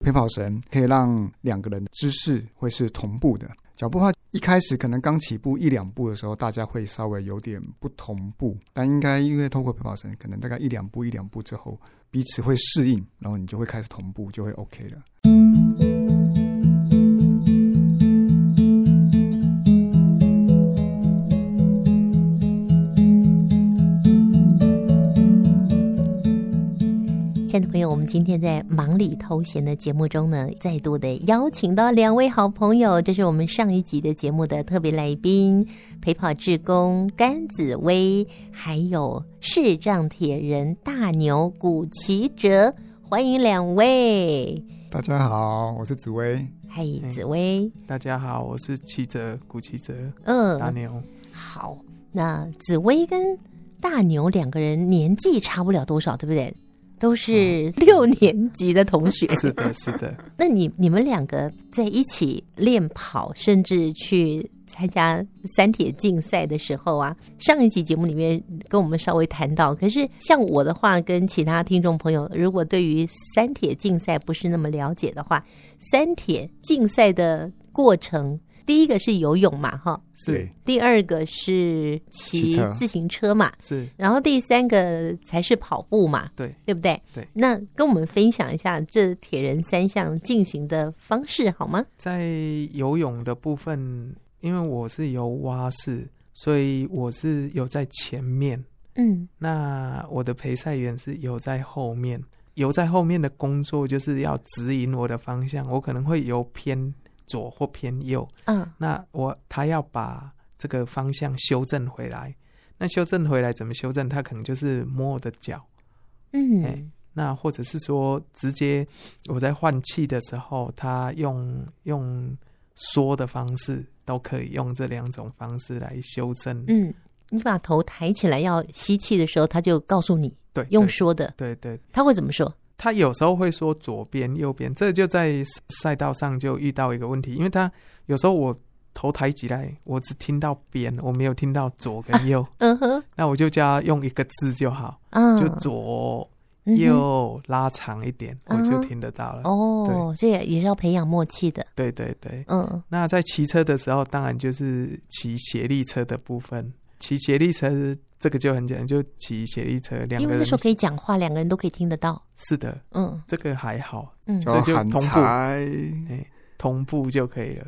陪跑绳可以让两个人的姿势会是同步的。脚步的话，一开始可能刚起步一两步的时候，大家会稍微有点不同步，但应该因为透过陪跑绳，可能大概一两步一两步之后，彼此会适应，然后你就会开始同步，就会 OK 了。亲爱的朋友，我们今天在忙里偷闲的节目中呢，再度的邀请到两位好朋友，这是我们上一集的节目的特别来宾——陪跑志工甘紫薇，还有视障铁人大牛古奇哲，欢迎两位。大家好，我是紫薇。嗨哎，紫薇，大家好，我是七哲古七哲大嗯，牛，好，那紫薇跟大牛两个人年纪差不了多少，对不对？都是六年级的同学，是的，是的，那你你们两个在一起练跑，甚至去参加三铁竞赛的时候啊，上一期节目里面跟我们稍微谈到，可是像我的话，跟其他听众朋友，如果对于三铁竞赛不是那么了解的话，三铁竞赛的过程，第一个是游泳嘛，哈，是第二个是骑骑车自行车嘛，是然后第三个才是跑步嘛，对对不对？对那跟我们分享一下这铁人三项进行的方式好吗？在游泳的部分，因为我是游蛙式，所以我是游在前面。嗯那我的陪赛员是游在后面，游在后面的工作就是要指引我的方向，我可能会游偏左或偏右，啊那我他要把这个方向修正回来。那修正回来怎么修正？他可能就是摸我的脚，嗯哎那或者是说，直接我在换气的时候，他用用说的方式都可以用这两种方式来修正。嗯，你把头抬起来要吸气的时候，他就告诉你对，用对说的，对对，他会怎么说？他有时候会说左边、右边，这就在赛道上就遇到一个问题，因为他有时候我头抬起来，我只听到边，我没有听到左跟 右，嗯哼，那我就叫他用一个字就好，啊，就左嗯哼右拉长一点，我嗯就哼听得到了。哦，这也也是要培养默契的，对对对。嗯那在骑车的时候，当然就是骑斜力车的部分。骑斜力车这个就很简单，就骑斜力车，两因个为那人时候可以讲话，两个人都可以听得到，是的，嗯这个还好，嗯，叫这就喊同步财，同步就可以了。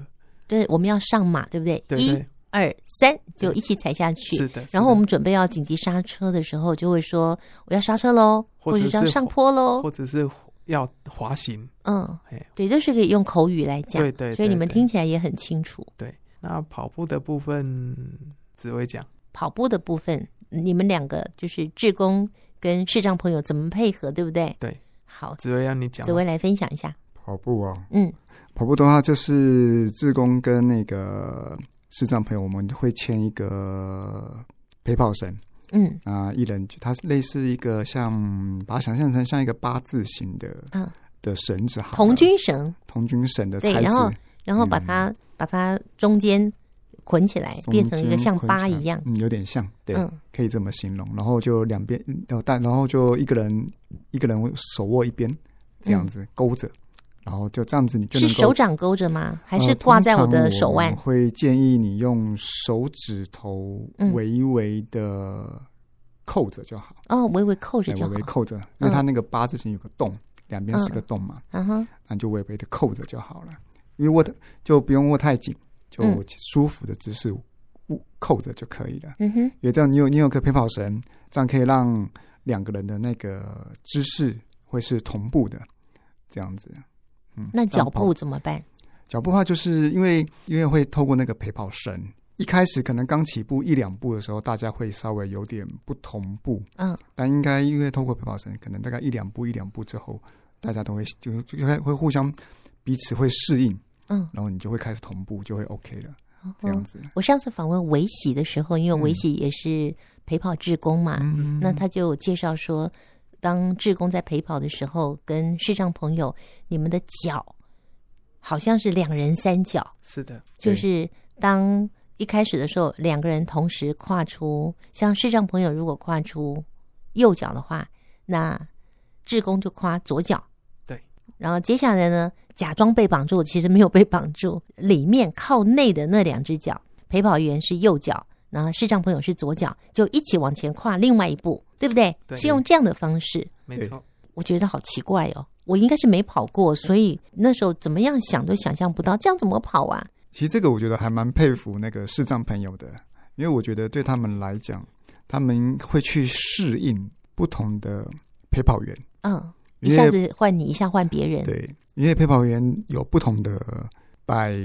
对，我们要上马，对不对？对一对，二三，就一起踩下去，是的。是然后我的们准备要紧急刹车的时候，就会说我要刹车喽，或或者者是是要上坡喽或。者是要滑行，嗯哎，对，这是可以用口语来讲，对对所以你们对对听起来也很清楚。对。那跑步的部分只会讲，跑步的部分，你们两个就是志工跟视障朋友怎么配合，对不对？对，好，只会让你讲紫。薇来分享一下。跑步哦，嗯跑步的话，就是志工跟那个视障朋友，我们会签一个陪跑绳嗯啊、一人它是类似一个像把它想象成像一个八字形的嗯，的绳子好了，童军绳，童军绳的对材然后质，然后把它、把它中间捆起来，变成一个像八八一样。嗯，有点像，对，嗯可以这么形容。然后就两边，呃，但然后就一个人一个人手握一边这样子勾着，然后就这样子你就是能嗯手够。掌勾着吗？还呃是挂在我的手腕通常我？们会建议你用手指头嗯微微的扣着就好，哦，微微扣着哎就微好微。扣着，因为它那个八字形有个洞，两边是个洞嘛，嗯哼，那你就微微的扣着就好了。因为握的就不用握太紧，就嗯舒服的姿势握扣着就可以了。嗯哼，因为这样你有你有个陪跑绳，这样可以让两个人的那个姿势会是同步的，这样子。嗯，那这样脚跑步怎么办？脚步的话，就是因为因为会透过那个陪跑绳，一开始可能刚起步一两步的时候，大家会稍微有点不同步，嗯，但应该因为透过陪跑绳，可能大概一两步一两步之后，大家都会就就会会互相彼此会适应，嗯，然后你就会开始同步，就会 OK 了，这样嗯，子。我上次访问维喜的时候，因为维嗯喜也是陪跑志工嘛，嗯，啊那他就有介绍说，当志工在陪跑的时候，跟视障朋友，你们的脚好像是两人三脚，是的，就对是当一开始的时候，两个人同时跨出，像视障朋友如果跨出右脚的话，那志工就跨左脚。对，然后接下来呢，假装被绑住，其实没有被绑住，里面靠内的那两只脚，陪跑员是右脚，然后视障朋友是左脚，就一起往前跨另外一步，对不对？对是用这样的方式，没错。我觉得好奇怪哦。我应该是没跑过，所以那时候怎么样想都想象不到，这样怎么跑啊？其实这个我觉得还蛮佩服那个视障朋友的，因为我觉得对他们来讲，他们会去适应不同的陪跑员，嗯，一因下为子换你，一下换别人，对，因为陪跑员有不同的摆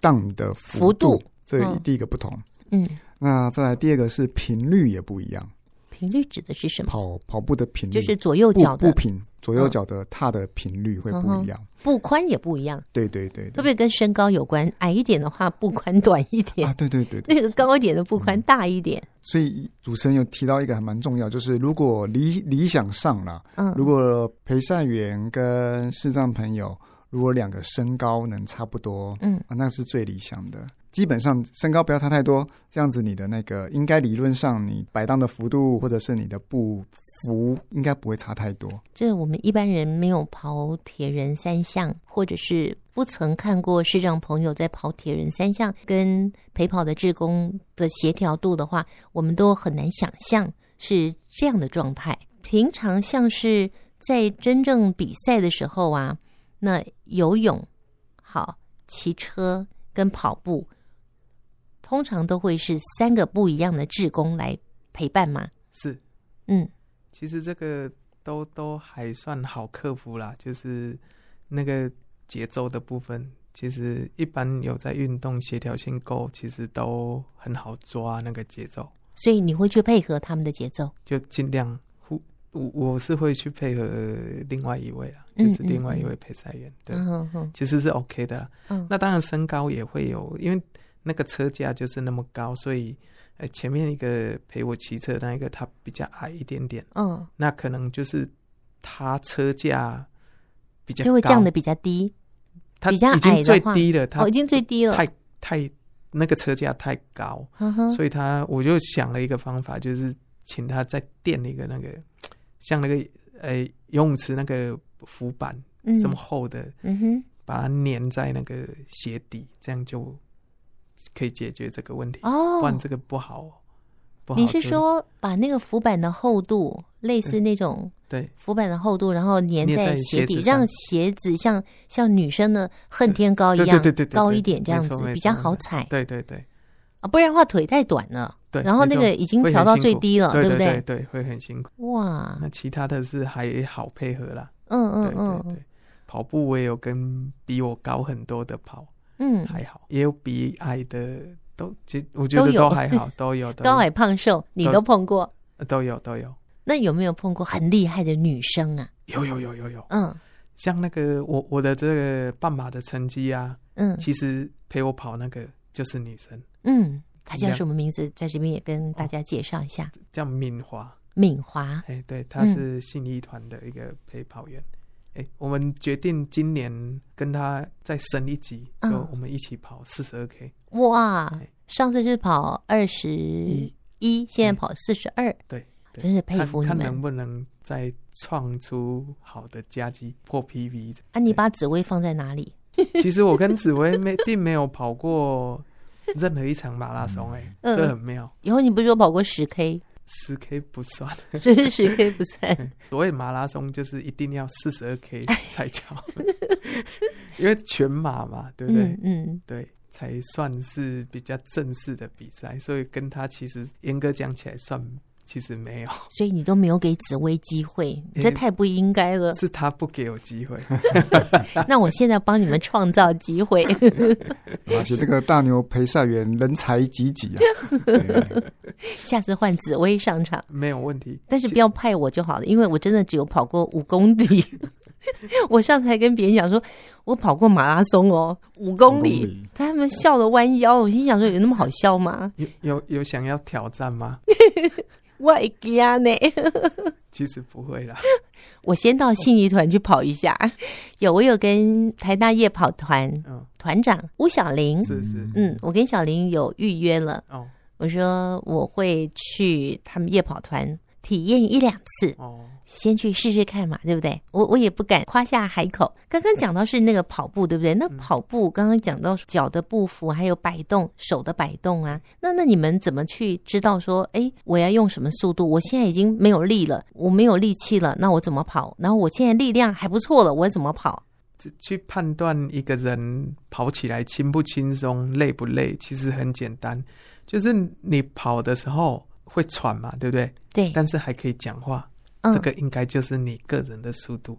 荡的幅幅度这嗯第一个不同。嗯，那再来第二个是频率也不一样，频率指的是什么？跑跑步的频率嗯就是左右步脚步的嗯频，左右脚的踏的频率会不一样。步宽也不一样，对对对会不对，会跟身高有关？矮一点的话，步宽短一点；啊，对嗯对对对。那个高一点的步宽大一点。所以主持人有提到一个还蛮重要，就是如果理理想上啦，嗯，如果陪赛员跟视障朋友，如果两个身高能差不多，嗯啊，那是最理想的。基本上身高不要差太多，这样子你的那个应该理论上你摆荡的幅度或者是你的步幅应该不会差太多。 这我们一般人没有跑铁人三项，或者是不曾看过视障朋友在跑铁人三项跟陪跑的志工的协调度的话，我们都很难想象是这样的状态。平常像是在真正比赛的时候啊，那游泳、好骑车跟跑步，通常都会是三个不一样的志工来陪伴嘛。是，嗯，其实这个都都还算好克服啦，就是那个节奏的部分，其实一般有在运动协调性够，其实都很好抓那个节奏，所以你会去配合他们的节奏。就尽量互。我我是会去配合另外一位啦，嗯就是嗯另外一嗯位陪赛员，对，嗯哼哼，其实是 OK 的啦。嗯那当然身高也会有，因为那个车架就是那么高，所以呃前面一个陪我骑车的那一个他比较矮一点点，嗯，那可能就是他车架比较就会高降的，比较低，他比较矮已经最低了，他哦，已经最低了。嗯太太那个车架太高，呵呵所以他我就想了一个方法，就是请他再垫一个那个像那个呃游泳池那个浮板嗯这么厚的，嗯哼，把它粘在那个鞋底，这样就可以解决这个问题。不然哦，这个不好，不好处你理。是说把那个浮板的厚度，类似那种对浮板的厚度，然后粘粘在在鞋鞋底，子上让鞋子像像女生的恨天高一对对样对对对对高一点，这样没子错没错比较好踩对对对啊，不然的话腿太短了。对，然后那个没错已经会调很到辛最苦低了，对不对？对，会很辛苦。哇，那其他的是还好配合啦，嗯嗯对对嗯对。跑步我也有跟比我高很多的跑，嗯，还好，也有比矮的，都其我觉得都有都还好，都 有高矮胖瘦你都都碰过，呃都有都有，那有没有碰过很厉害的女生啊？有有有有有，嗯像那个我我的这个半马的成绩啊，嗯，其实陪我跑那个就是女生，嗯，她叫两什么名字？在这边也跟大家介绍一下，叫敏华，敏华。哎，对，嗯她是信义团的一个陪跑员。哎，我们决定今年跟她再升一级，嗯就我们一起跑四十二 K。哇哎，上次是跑二十一，现在跑四十二，嗯对，对真是佩看服你看能们。不能再创出好的佳绩破 PV。啊，你把紫薇放在哪里？ 其实我跟紫薇没并没有跑过任何一场马拉松、哎、嗯这很妙。以后你不是说跑过十 K，十 K 不算，这是十 K 不算。所谓马拉松就是一定要四十二 K 哎才叫， 因为全马嘛，对不对？嗯嗯，对，才算是比较正式的比赛，所以跟他其实严格讲起来算其实没有，所以你都没有给紫薇机会，你这嗯太不应该了。是啊他不给我机会。 那我现在帮你们创造机 会。而且这个大牛陪赛员人才济济啊，对下次换紫薇上场，没有问题，但是不要派我就好了，因为我真的只有跑过五公里。 我上次还跟别人讲说，我跑过马拉松哦，五公里，五公里他们笑得弯腰。我心想说，有那么好笑吗？有有有想要挑战吗？ 我会惊呢，其实不会啦， 我先到信义团去跑一下。 有，我有跟台大夜跑团嗯，团长吴小玲，是是，嗯，我跟小玲有预约了。哦，我说我会去他们夜跑团体验一两次，哦，先去试试看嘛，对不对？我我也不敢夸下海口。刚刚讲到是那个跑步，对不嗯对？那跑步刚刚讲到脚的步幅，还有摆动手的摆动啊。那那你们怎么去知道说，哎，我要用什么速度？我现在已经没有力了，我没有力气了，那我怎么跑？然后我现在力量还不错了，我怎么跑？这去判断一个人跑起来轻不轻松、累不累，其实很简单，就是你跑的时候会喘嘛，对不对？对，但是还可以讲话，嗯，这个应该就是你个人的速度。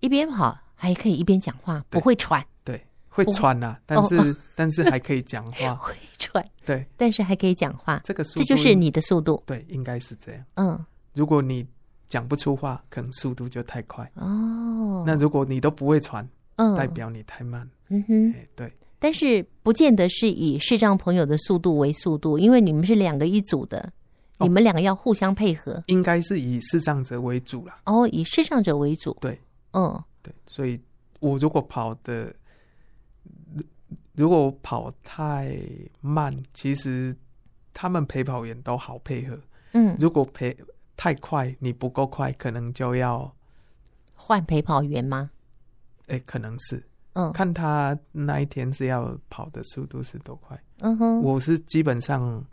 一边跑还可以一边讲话，不对会喘， 对，会喘呐、但是、但是还可以讲话。哦 会喘，对，但是还可以讲话，这个这速度就是你的速度。对，应该是这样。嗯，如果你讲不出话，可能速度就太快。哦，那如果你都不会喘，嗯，代表你太慢。嗯哼。哎，对，但是不见得是以视障朋友的速度为速度，因为你们是两个一组的，哦你们两个要互相配合。应该是以视障者为主啦。哦，以视障者为主。对，嗯，对，所以我如果跑的，如如果我跑太慢，其实他们陪跑员都好配合。嗯，如果陪太快，你不够快，可能就要，换陪跑员吗？哎，可能是嗯看他那一天是要跑的速度是多快。嗯哼，我是基本上，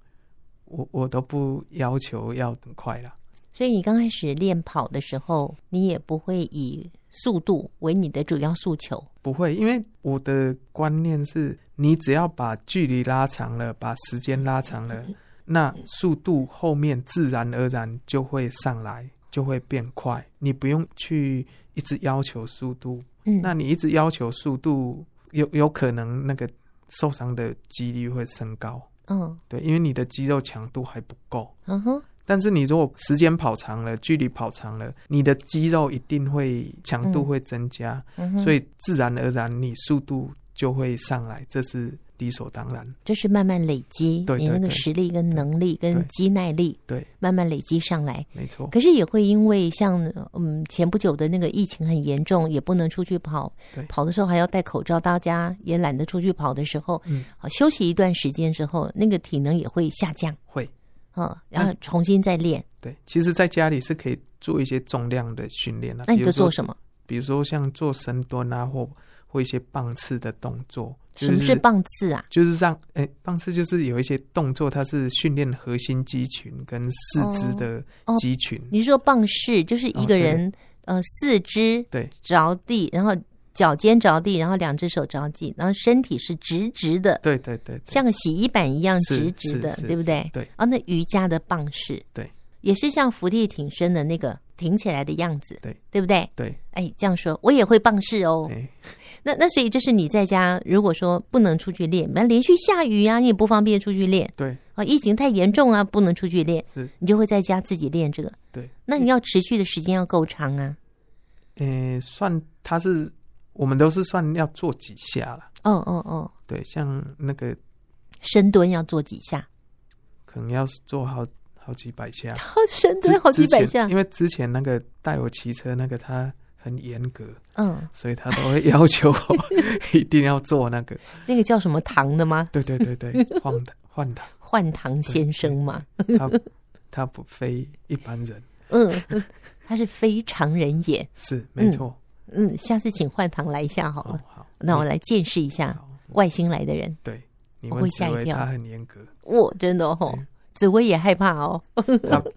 我我都不要求要很快啦。所以你刚开始练跑的时候，你也不会以速度为你的主要诉求。不会，因为我的观念是，你只要把距离拉长了，把时间拉长了，嗯那速度后面自然而然就会上来，就会变快。你不用去一直要求速度，嗯，那你一直要求速度，有有可能那个受伤的几率会升高。嗯对，因为你的肌肉强度还不够。嗯哼，但是你如果时间跑长了，距离跑长了，你的肌肉一定会强度嗯会增加，嗯哼，所以以自然而然你速度就会上来，这是理所当然。这是慢慢累积对你那对个对实力、跟能力、跟对肌耐力，对，慢慢累积上来。没错，可是也会因为像嗯前不久的那个疫情很严重，也不能出去跑对，跑的时候还要戴口罩，大家也懒得出去跑的时候，嗯，好休息一段时间之后，那个体能也会下降，会。嗯，然后重新再练。对，其实在家里是可以做一些重量的训练啊，那你比都如说做，什么？比如说像做深蹲啊，或或一些棒次的动作。就什么是？棒次啊？就是让哎、棒次就是有一些动作，它是训练核心肌群跟四肢的哦哦肌群。你是说棒式就是一个哦对人、呃四肢对着地，然后脚尖着地，然后两只手着地，然后身体是直直的，对对对对像个洗衣板一样是直直的是，是对不对？对啊，那瑜伽的棒式，对，也是像伏地挺身的那个挺起来的样子，对，对不对？对，哎，这样说我也会棒式哦。哎、那那所以这是你在家，如果说不能出去练，那连续下雨啊，你也不方便出去练对啊，疫情太严重啊，不能出去练，是，你就会在家自己练这个。对。那你要持续的时间要够长啊。诶、算它是我们都是算要做几下啦。哦哦哦，对，像那个深蹲要做几 下？可能要做好好几 百下，深之蹲好几百之前下。因为之前那个带我骑车那个他很严格，嗯，所以他都会要求我一定要做那个。 那个叫什么堂的吗？对对对对，换 的换的，换堂先生吗？他他不非一般人，嗯， 他是非常人也。是没错。嗯，下次请换堂来一下好哦了，，好，那我来见识一下好，外星来的人。对，你我问会紫吓一薇跳他很严格，我、真的哦，紫薇也害怕哦，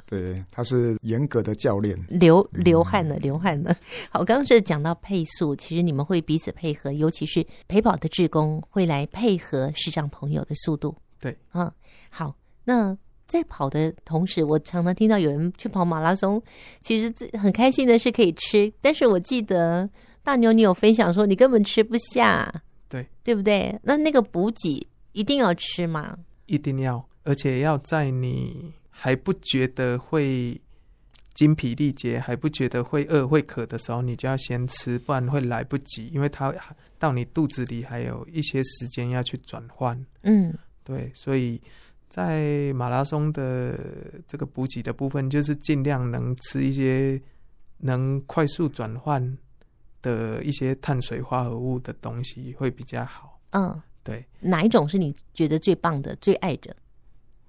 对，他是严格的教练。流嗯流汗了，流汗了。 好，刚刚是讲到配速，其实你们会彼此配合，尤其是陪跑的志工会来配合视障朋友的速度。对，嗯，好，那。在跑的同时，我常常听到有人去跑马拉松，其实最很开心的是可以吃，但是我记得大牛你有分享说你根本吃不下，对，对不对？那那个补给一定要吃嘛？一定要，而且要在你还不觉得会精疲力竭、还不觉得会饿、会渴的时候，你就要先吃，不然会来不及，因为它到你肚子里还有一些时间要去转换。嗯，对，所以在马拉松的这个补给的部分，就是尽量能吃一些能快速转换的一些碳水化合物的东西会比较好。嗯，对，哪一种是你觉得最棒的、最爱的？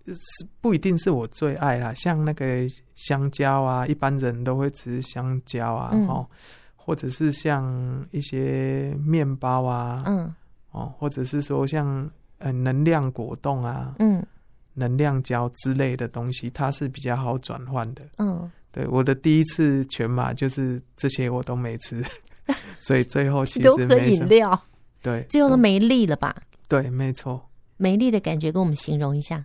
是不一定是我最爱啦，像那个香蕉啊，一般人都会吃香蕉啊，嗯哦，或者是像一些面包啊，嗯哦，或者是说像呃能量果冻啊、嗯能量胶之类的东西，它是比较好转换的。嗯，对，我的第一次全马就是这些我都没 吃，所以最后其都实喝没什饮么。嗯料，对，最后都没力了吧？对，没错，没力的感觉，跟我们形容一下。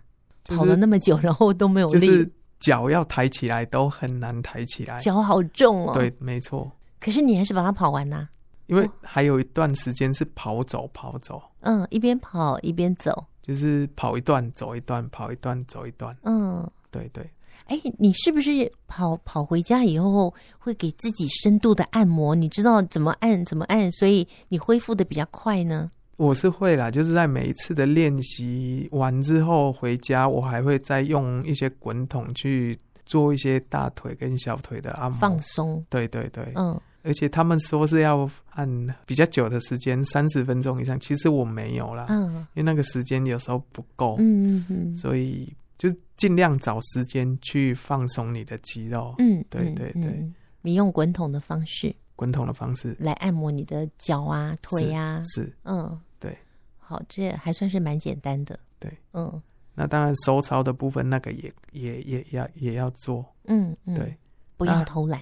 就是跑了那么久，然后都没有就力，是脚要抬起来都很难抬起来。脚好重哦。对，，没错，可是你还是把它跑完呐、因为还有一段时间是跑走跑走，嗯，一边跑一边走。就是跑一段走一段，跑一段走一段。嗯，对对，哎，你是不是跑跑回家以后会给自己深度的按摩？你知道怎么按怎么按，所以你恢复的比较快呢？我是会啦，就是在每一次的练习完之后回家，我还会再用一些滚筒去做一些大腿跟小腿的按摩。放松，对对对，嗯而且他们说是要按比较久的时间，三十分钟以上。其实我没有啦，嗯因为那个时间有时候不够，嗯嗯所以就尽量找时间去放松你的肌肉，嗯，对嗯对，嗯你用滚筒的方式滚筒的方式来按摩你的脚啊、腿啊，是。嗯，对，好，这还算是蛮简单的，对，嗯那当然，收操的部分那个也也也要也要做，嗯嗯，对，，不啊要偷懒，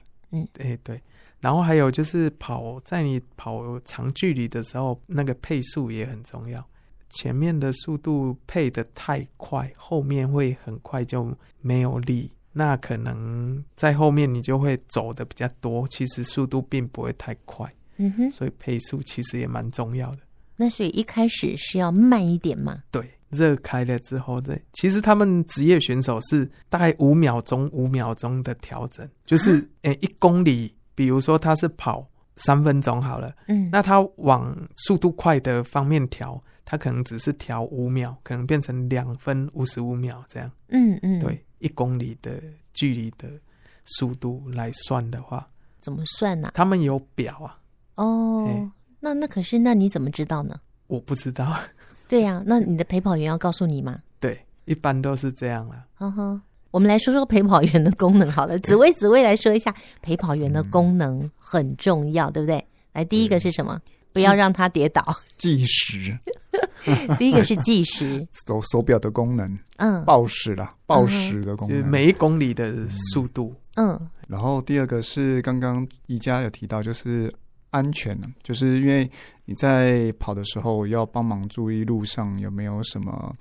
哎、对。然后还有就是跑，在你跑长距离的时候，那个配速也很重要。前面的速度配的太快，后面会很快就没有力。那可能在后面你就会走的比较多，其实速度并不会太快，嗯哼，所以配速其实也蛮重要的。那所以一开始是要慢一点嘛，对，热开了之后，对，其实他们职业选手是大概五秒钟、五秒钟的调整，就是诶、一公里，比如说他是跑三分钟好了，嗯，那他往速度快的方面调，他可能只是调五秒，可能变成两分五十五秒这样。嗯嗯，，对，一公里的距离的速度来算的话，怎么算呢、他们有表啊，哦哎，那那可是那你怎么知道呢？我不知道， 对呀、那你的陪跑员要告诉你嘛？对，一般都是这样啦。呵呵，我们来说说陪跑员的功能好了。紫薇，紫薇来说一下陪跑员嗯的功能很重要，对不对？来，第一个是什么？不要让他跌 倒。计时、第一个是计 时，手手表的功能、嗯报时啦，报时的功就是能。每一公里的速度，嗯然后第二个是刚刚宜家有提到，就是安全，啊就是因为你在跑的时候要帮忙注意路上有没有什么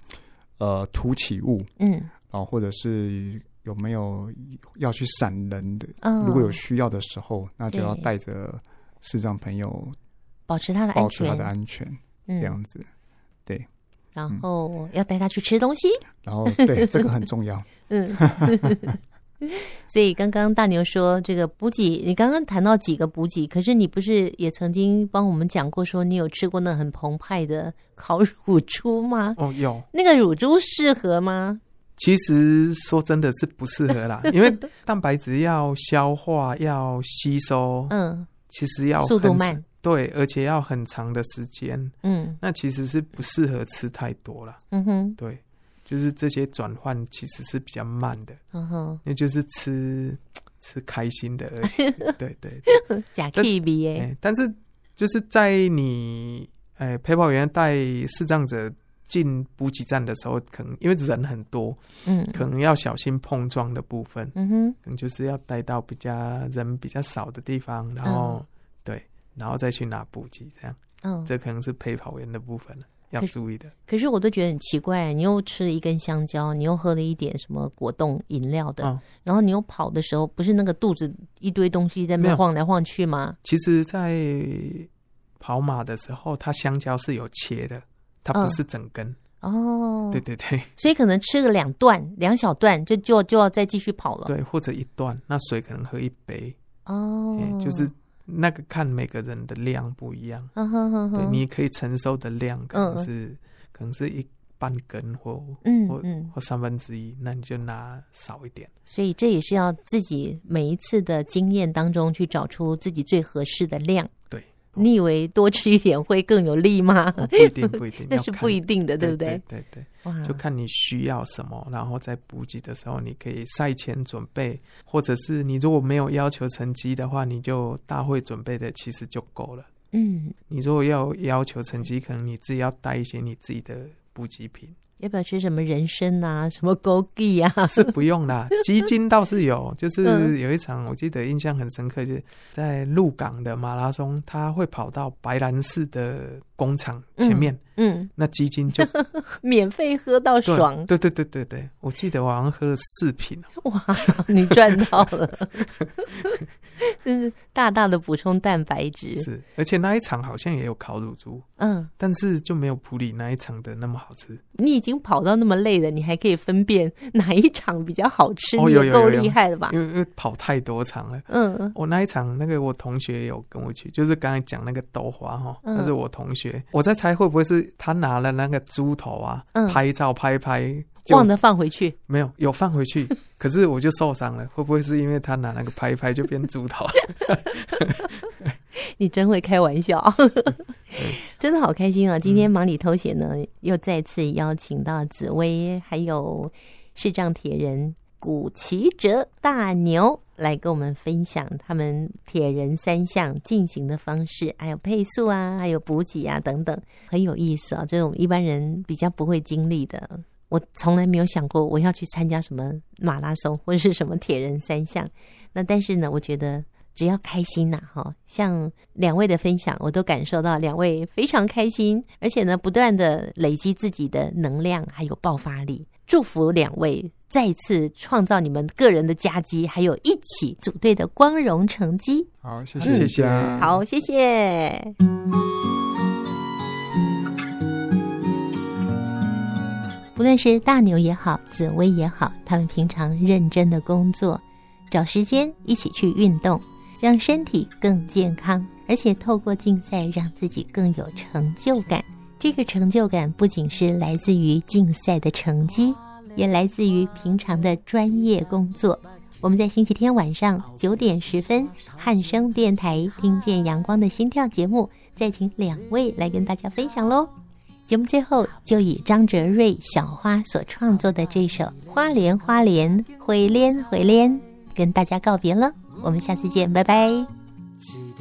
呃凸起物，嗯然后或者是有没有要去闪人的，嗯，如果有需要的时候，那就要对带着视障朋友保持他的安保持他全，的安全，嗯这样子。然后要带他去吃东西。然后对这个很重要，嗯， 所以刚刚大牛说这个补给，你刚刚谈到几个补给，可是你不是也曾经帮我们讲过，说你有吃过那很澎湃的烤乳猪吗？哦，有。那个乳猪适合吗？其实说真的是不适 合啦，因为蛋白质要消化、要吸收，嗯其实要速度哦很慢，对，而且要很长的时间，嗯那其实是不适合吃太多啦。嗯哼对，就是这些转换其实是比较慢的，嗯 哼，那就是吃吃开心的而 已。对对对，假但 K B 哎、哎，但是就是在你哎、陪跑员带视障者进补给站的时候，可能因为人很多，嗯可能要小心碰撞的部分。嗯哼可能就是要带到比较人比较少的地方，然后、对，然后再去拿补给，这样嗯，这可能是陪跑员的部分了，要可是注意的。可是我都觉得很奇怪，你又吃了一根香蕉，你又喝了一点什么果冻饮料的，嗯然后你又跑的时候，不是那个肚子一堆东西在那没边有晃来晃去吗？其实，在跑马的时候，它香蕉是有切的，它不嗯是整根。哦，对对对、所以可能吃个两段、两小段，就就就要再继续跑了。对，或者一段，那水可能喝一杯，哦哎、，就是那个看每个人的量不一样，嗯哼哼对哼，你可以承受的量可嗯能是、可能是一半根或。嗯或嗯，或三分之一，那你就拿少一点。所以这也是哦要自己每一次的经验当中去找出自己最合适的量。对，你以为多吃一点会更有力吗？ 哦不一定，不一定， 那是要看不一定的，对不嗯对？对？对对哇，就看你需要什么，然后在补给的时候，你可以赛前准备，或者是你如果没有要求成绩的话，你就大会准备的其实就够了。嗯，你如果要要求成绩，可能你自己要带一些你自己的补给品，要不要吃什么人参啊，什么枸杞啊？是不 用啦。基金倒是有，就嗯是有一场我记得印象很深刻，就是在鹿港的马拉松，他会跑到白兰市的工厂前面，嗯，那基金就免费喝到对爽，对对对对对，我记得我好像喝了四瓶，哇，你赚到 了，就是大大的补充蛋白质。是，而且那一场好像也有烤乳猪，嗯，但是就没有普里那一场的那么好吃。你已经跑到那么累了，你还可以分辨哪一场比较好吃，哦你有也有够有有厉害了吧因？为因为跑太多场了。嗯我那一场，那个我同学有跟我去，就是刚才讲那个豆花哈，嗯那是我同学。我在猜会不会是他拿了那个猪头啊，嗯拍照拍一拍，就忘了放回去，没有有放回去， 可是我就受伤了。会不会是因为他拿那个拍一拍就变猪头？你真会开玩笑， 真的好开心啊！今天忙里偷闲呢，又再次邀请到紫薇，还有视障铁人古奇哲大牛来跟我们分享他们铁人三项进行的方式，还有配速啊，还有补给啊等等，很有意思啊！这种一般人比较不会经历的。我从来没有想过我要去参加什么马拉松或者是什么铁人三项，那但是呢，我觉得只要开心呐、哈，像两位的分享，我都感受到两位非常开心，而且呢，不断的累积自己的能量还有爆发力。祝福两位再次创造你们个人的佳绩，还有一起组队的光荣成绩。好，谢嗯谢谢谢大家好，谢谢。不论是大牛也好，紫薇也好，他们平常认真的工作，找时间一起去运动，让身体更健康，而且透过竞赛让自己更有成就感。这个成就感不仅是来自于竞赛的成绩，也来自于平常的专业工作。我们在星期天晚上九点十分，汉声电台听见阳光的心跳节目，再请两位来跟大家分享喽。节目最后就以张哲瑞、小花所创作的这首《花莲花莲回恋回恋》跟大家告别了，我们下次见，拜拜。一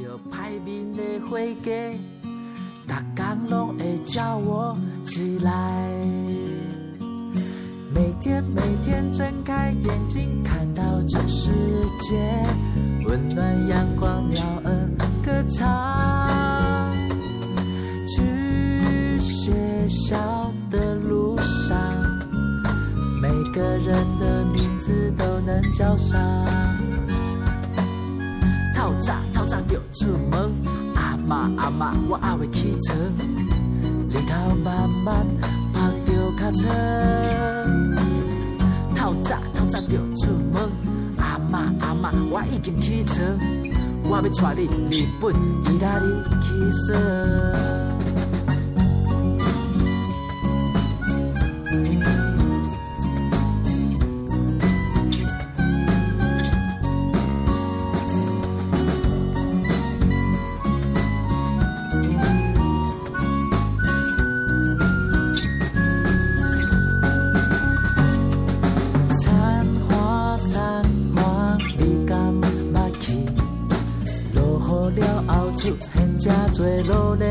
着歹面的伙计，逐工拢会叫我起来。每天每天睁开眼睛，看到这世界，温暖阳光，鸟儿歌唱。去学校的路上，每个人的名字都能叫上。透早透早就出门，阿嬷阿嬷，我还未起床，日头慢慢晒着脚床。透早透早就出门，阿嬷阿嬷，我已经起床，我要带你日本意大利去耍。残花残花，你敢捌去？落雨了后出现真多落泪。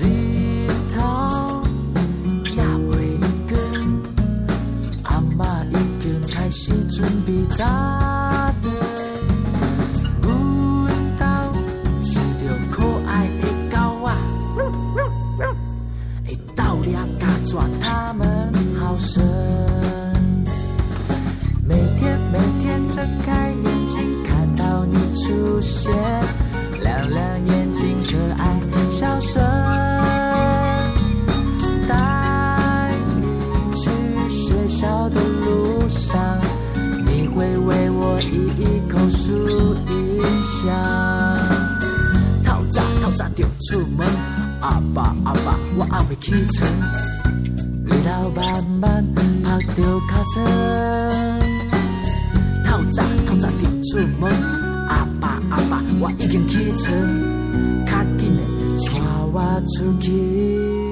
日头也袂光，阿嬷已经开始准备早顿。阮兜饲着可爱的狗啊仔。会到两嘎抓他们好神。每天每天睁开眼睛，看到你出现，亮亮眼睛，可爱笑声。带你去学校的路上，你会为我一一口述一下。透早透早就出门，阿爸阿爸，我还未起床，日头慢慢晒着脚床。透早透早就出门，阿爸阿爸，我已经起床，较紧的带我出去。